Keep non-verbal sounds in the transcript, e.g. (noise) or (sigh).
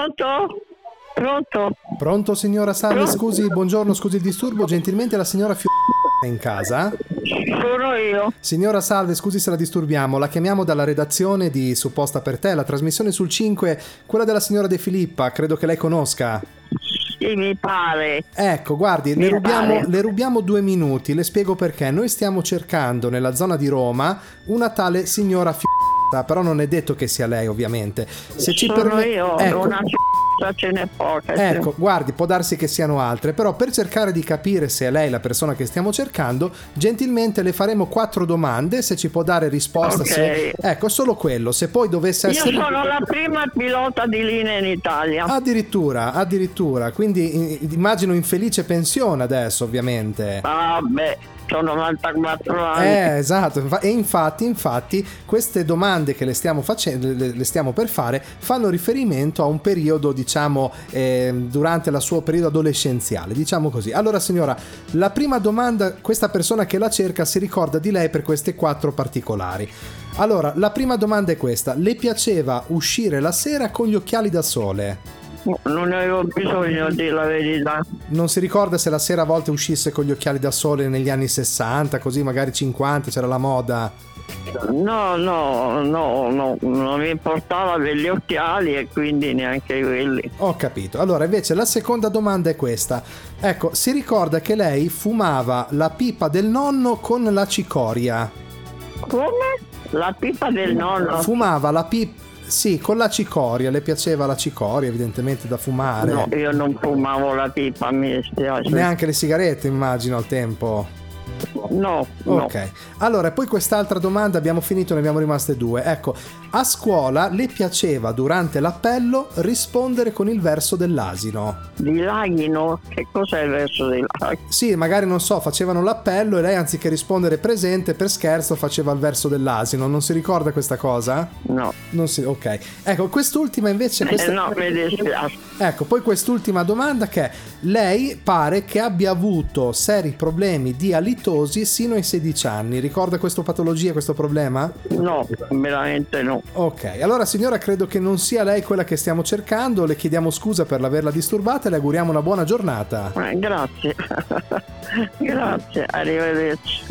Pronto? Pronto? Pronto signora Salve, Pronto? scusi, buongiorno, scusi il disturbo, gentilmente la signora Fior... è in casa? Sono io. Signora Salve, scusi se la disturbiamo, la chiamiamo dalla redazione di Supposta per te, la trasmissione sul 5, quella della signora De Filippa, credo che lei conosca. Sì, mi pare. Ecco, guardi, le Mi rubiamo, pare. le rubiamo due minuti, le spiego perché. Noi stiamo cercando nella zona di Roma una tale signora F***, però non è detto che sia lei, ovviamente. Se ci Sono perme- io. ecco, Una c***a ce n'è poca. cioè. sì. Ecco, guardi, può darsi che siano altre, però per cercare di capire se è lei la persona che stiamo cercando, gentilmente le faremo quattro domande, se ci può dare risposta. Ok. se- Ecco, solo quello, cioè, se poi dovesse Io essere... sono la prima pilota di linea in Italia. Addirittura, addirittura, quindi i- immagino in felice pensione adesso, ovviamente. Vabbè, sono 94 anni. Ah. Eh, esatto, infa- e infatti, infatti, queste domande che le stiamo, facendo, le, le stiamo per fare fanno riferimento a un periodo, diciamo, ehm, durante la suo periodo adolescenziale, diciamo così. Allora, signora, la prima domanda, questa persona che la cerca si ricorda di lei per queste quattro particolari. Allora, la prima domanda è questa: le piaceva uscire la sera con gli occhiali da sole? Non ne avevo bisogno di la verità. Non si ricorda se la sera a volte uscisse con gli occhiali da sole negli anni 60, così magari 50, c'era la moda. No, no, no, no, non mi importava degli occhiali e quindi neanche quelli. Ho capito. Allora, invece la seconda domanda è questa. Ecco, si ricorda che lei fumava la pipa del nonno con la cicoria. Come? La pipa del nonno. Fumava la pipa sì, con la cicoria, le piaceva la cicoria, evidentemente da fumare. No, io non fumavo la pipa, mi dispiace. Neanche le sigarette, immagino al tempo. No, no. Ok. Allora, poi quest'altra domanda abbiamo finito, ne abbiamo rimaste due. Ecco, a scuola le piaceva durante l'appello rispondere con il verso dell'asino. Di laghino? Che cos'è il verso di laghino? Sì, magari non so, facevano l'appello e lei anziché rispondere presente per scherzo faceva il verso dell'asino. Non si ricorda questa cosa? No, Non si, ok. Ecco, quest'ultima invece Eh, questa- no, ah, mi dispiace. Ecco, poi quest'ultima domanda che è lei pare che abbia avuto seri problemi di alitosi sino ai 16 anni. Ricorda questa patologia, questo problema? No, veramente no. Ok, allora signora credo che non sia lei quella che stiamo cercando, le chiediamo scusa per l'averla disturbata e le (laughs) auguriamo una buona giornata. Eh, Grazie. Grazie, arrivederci.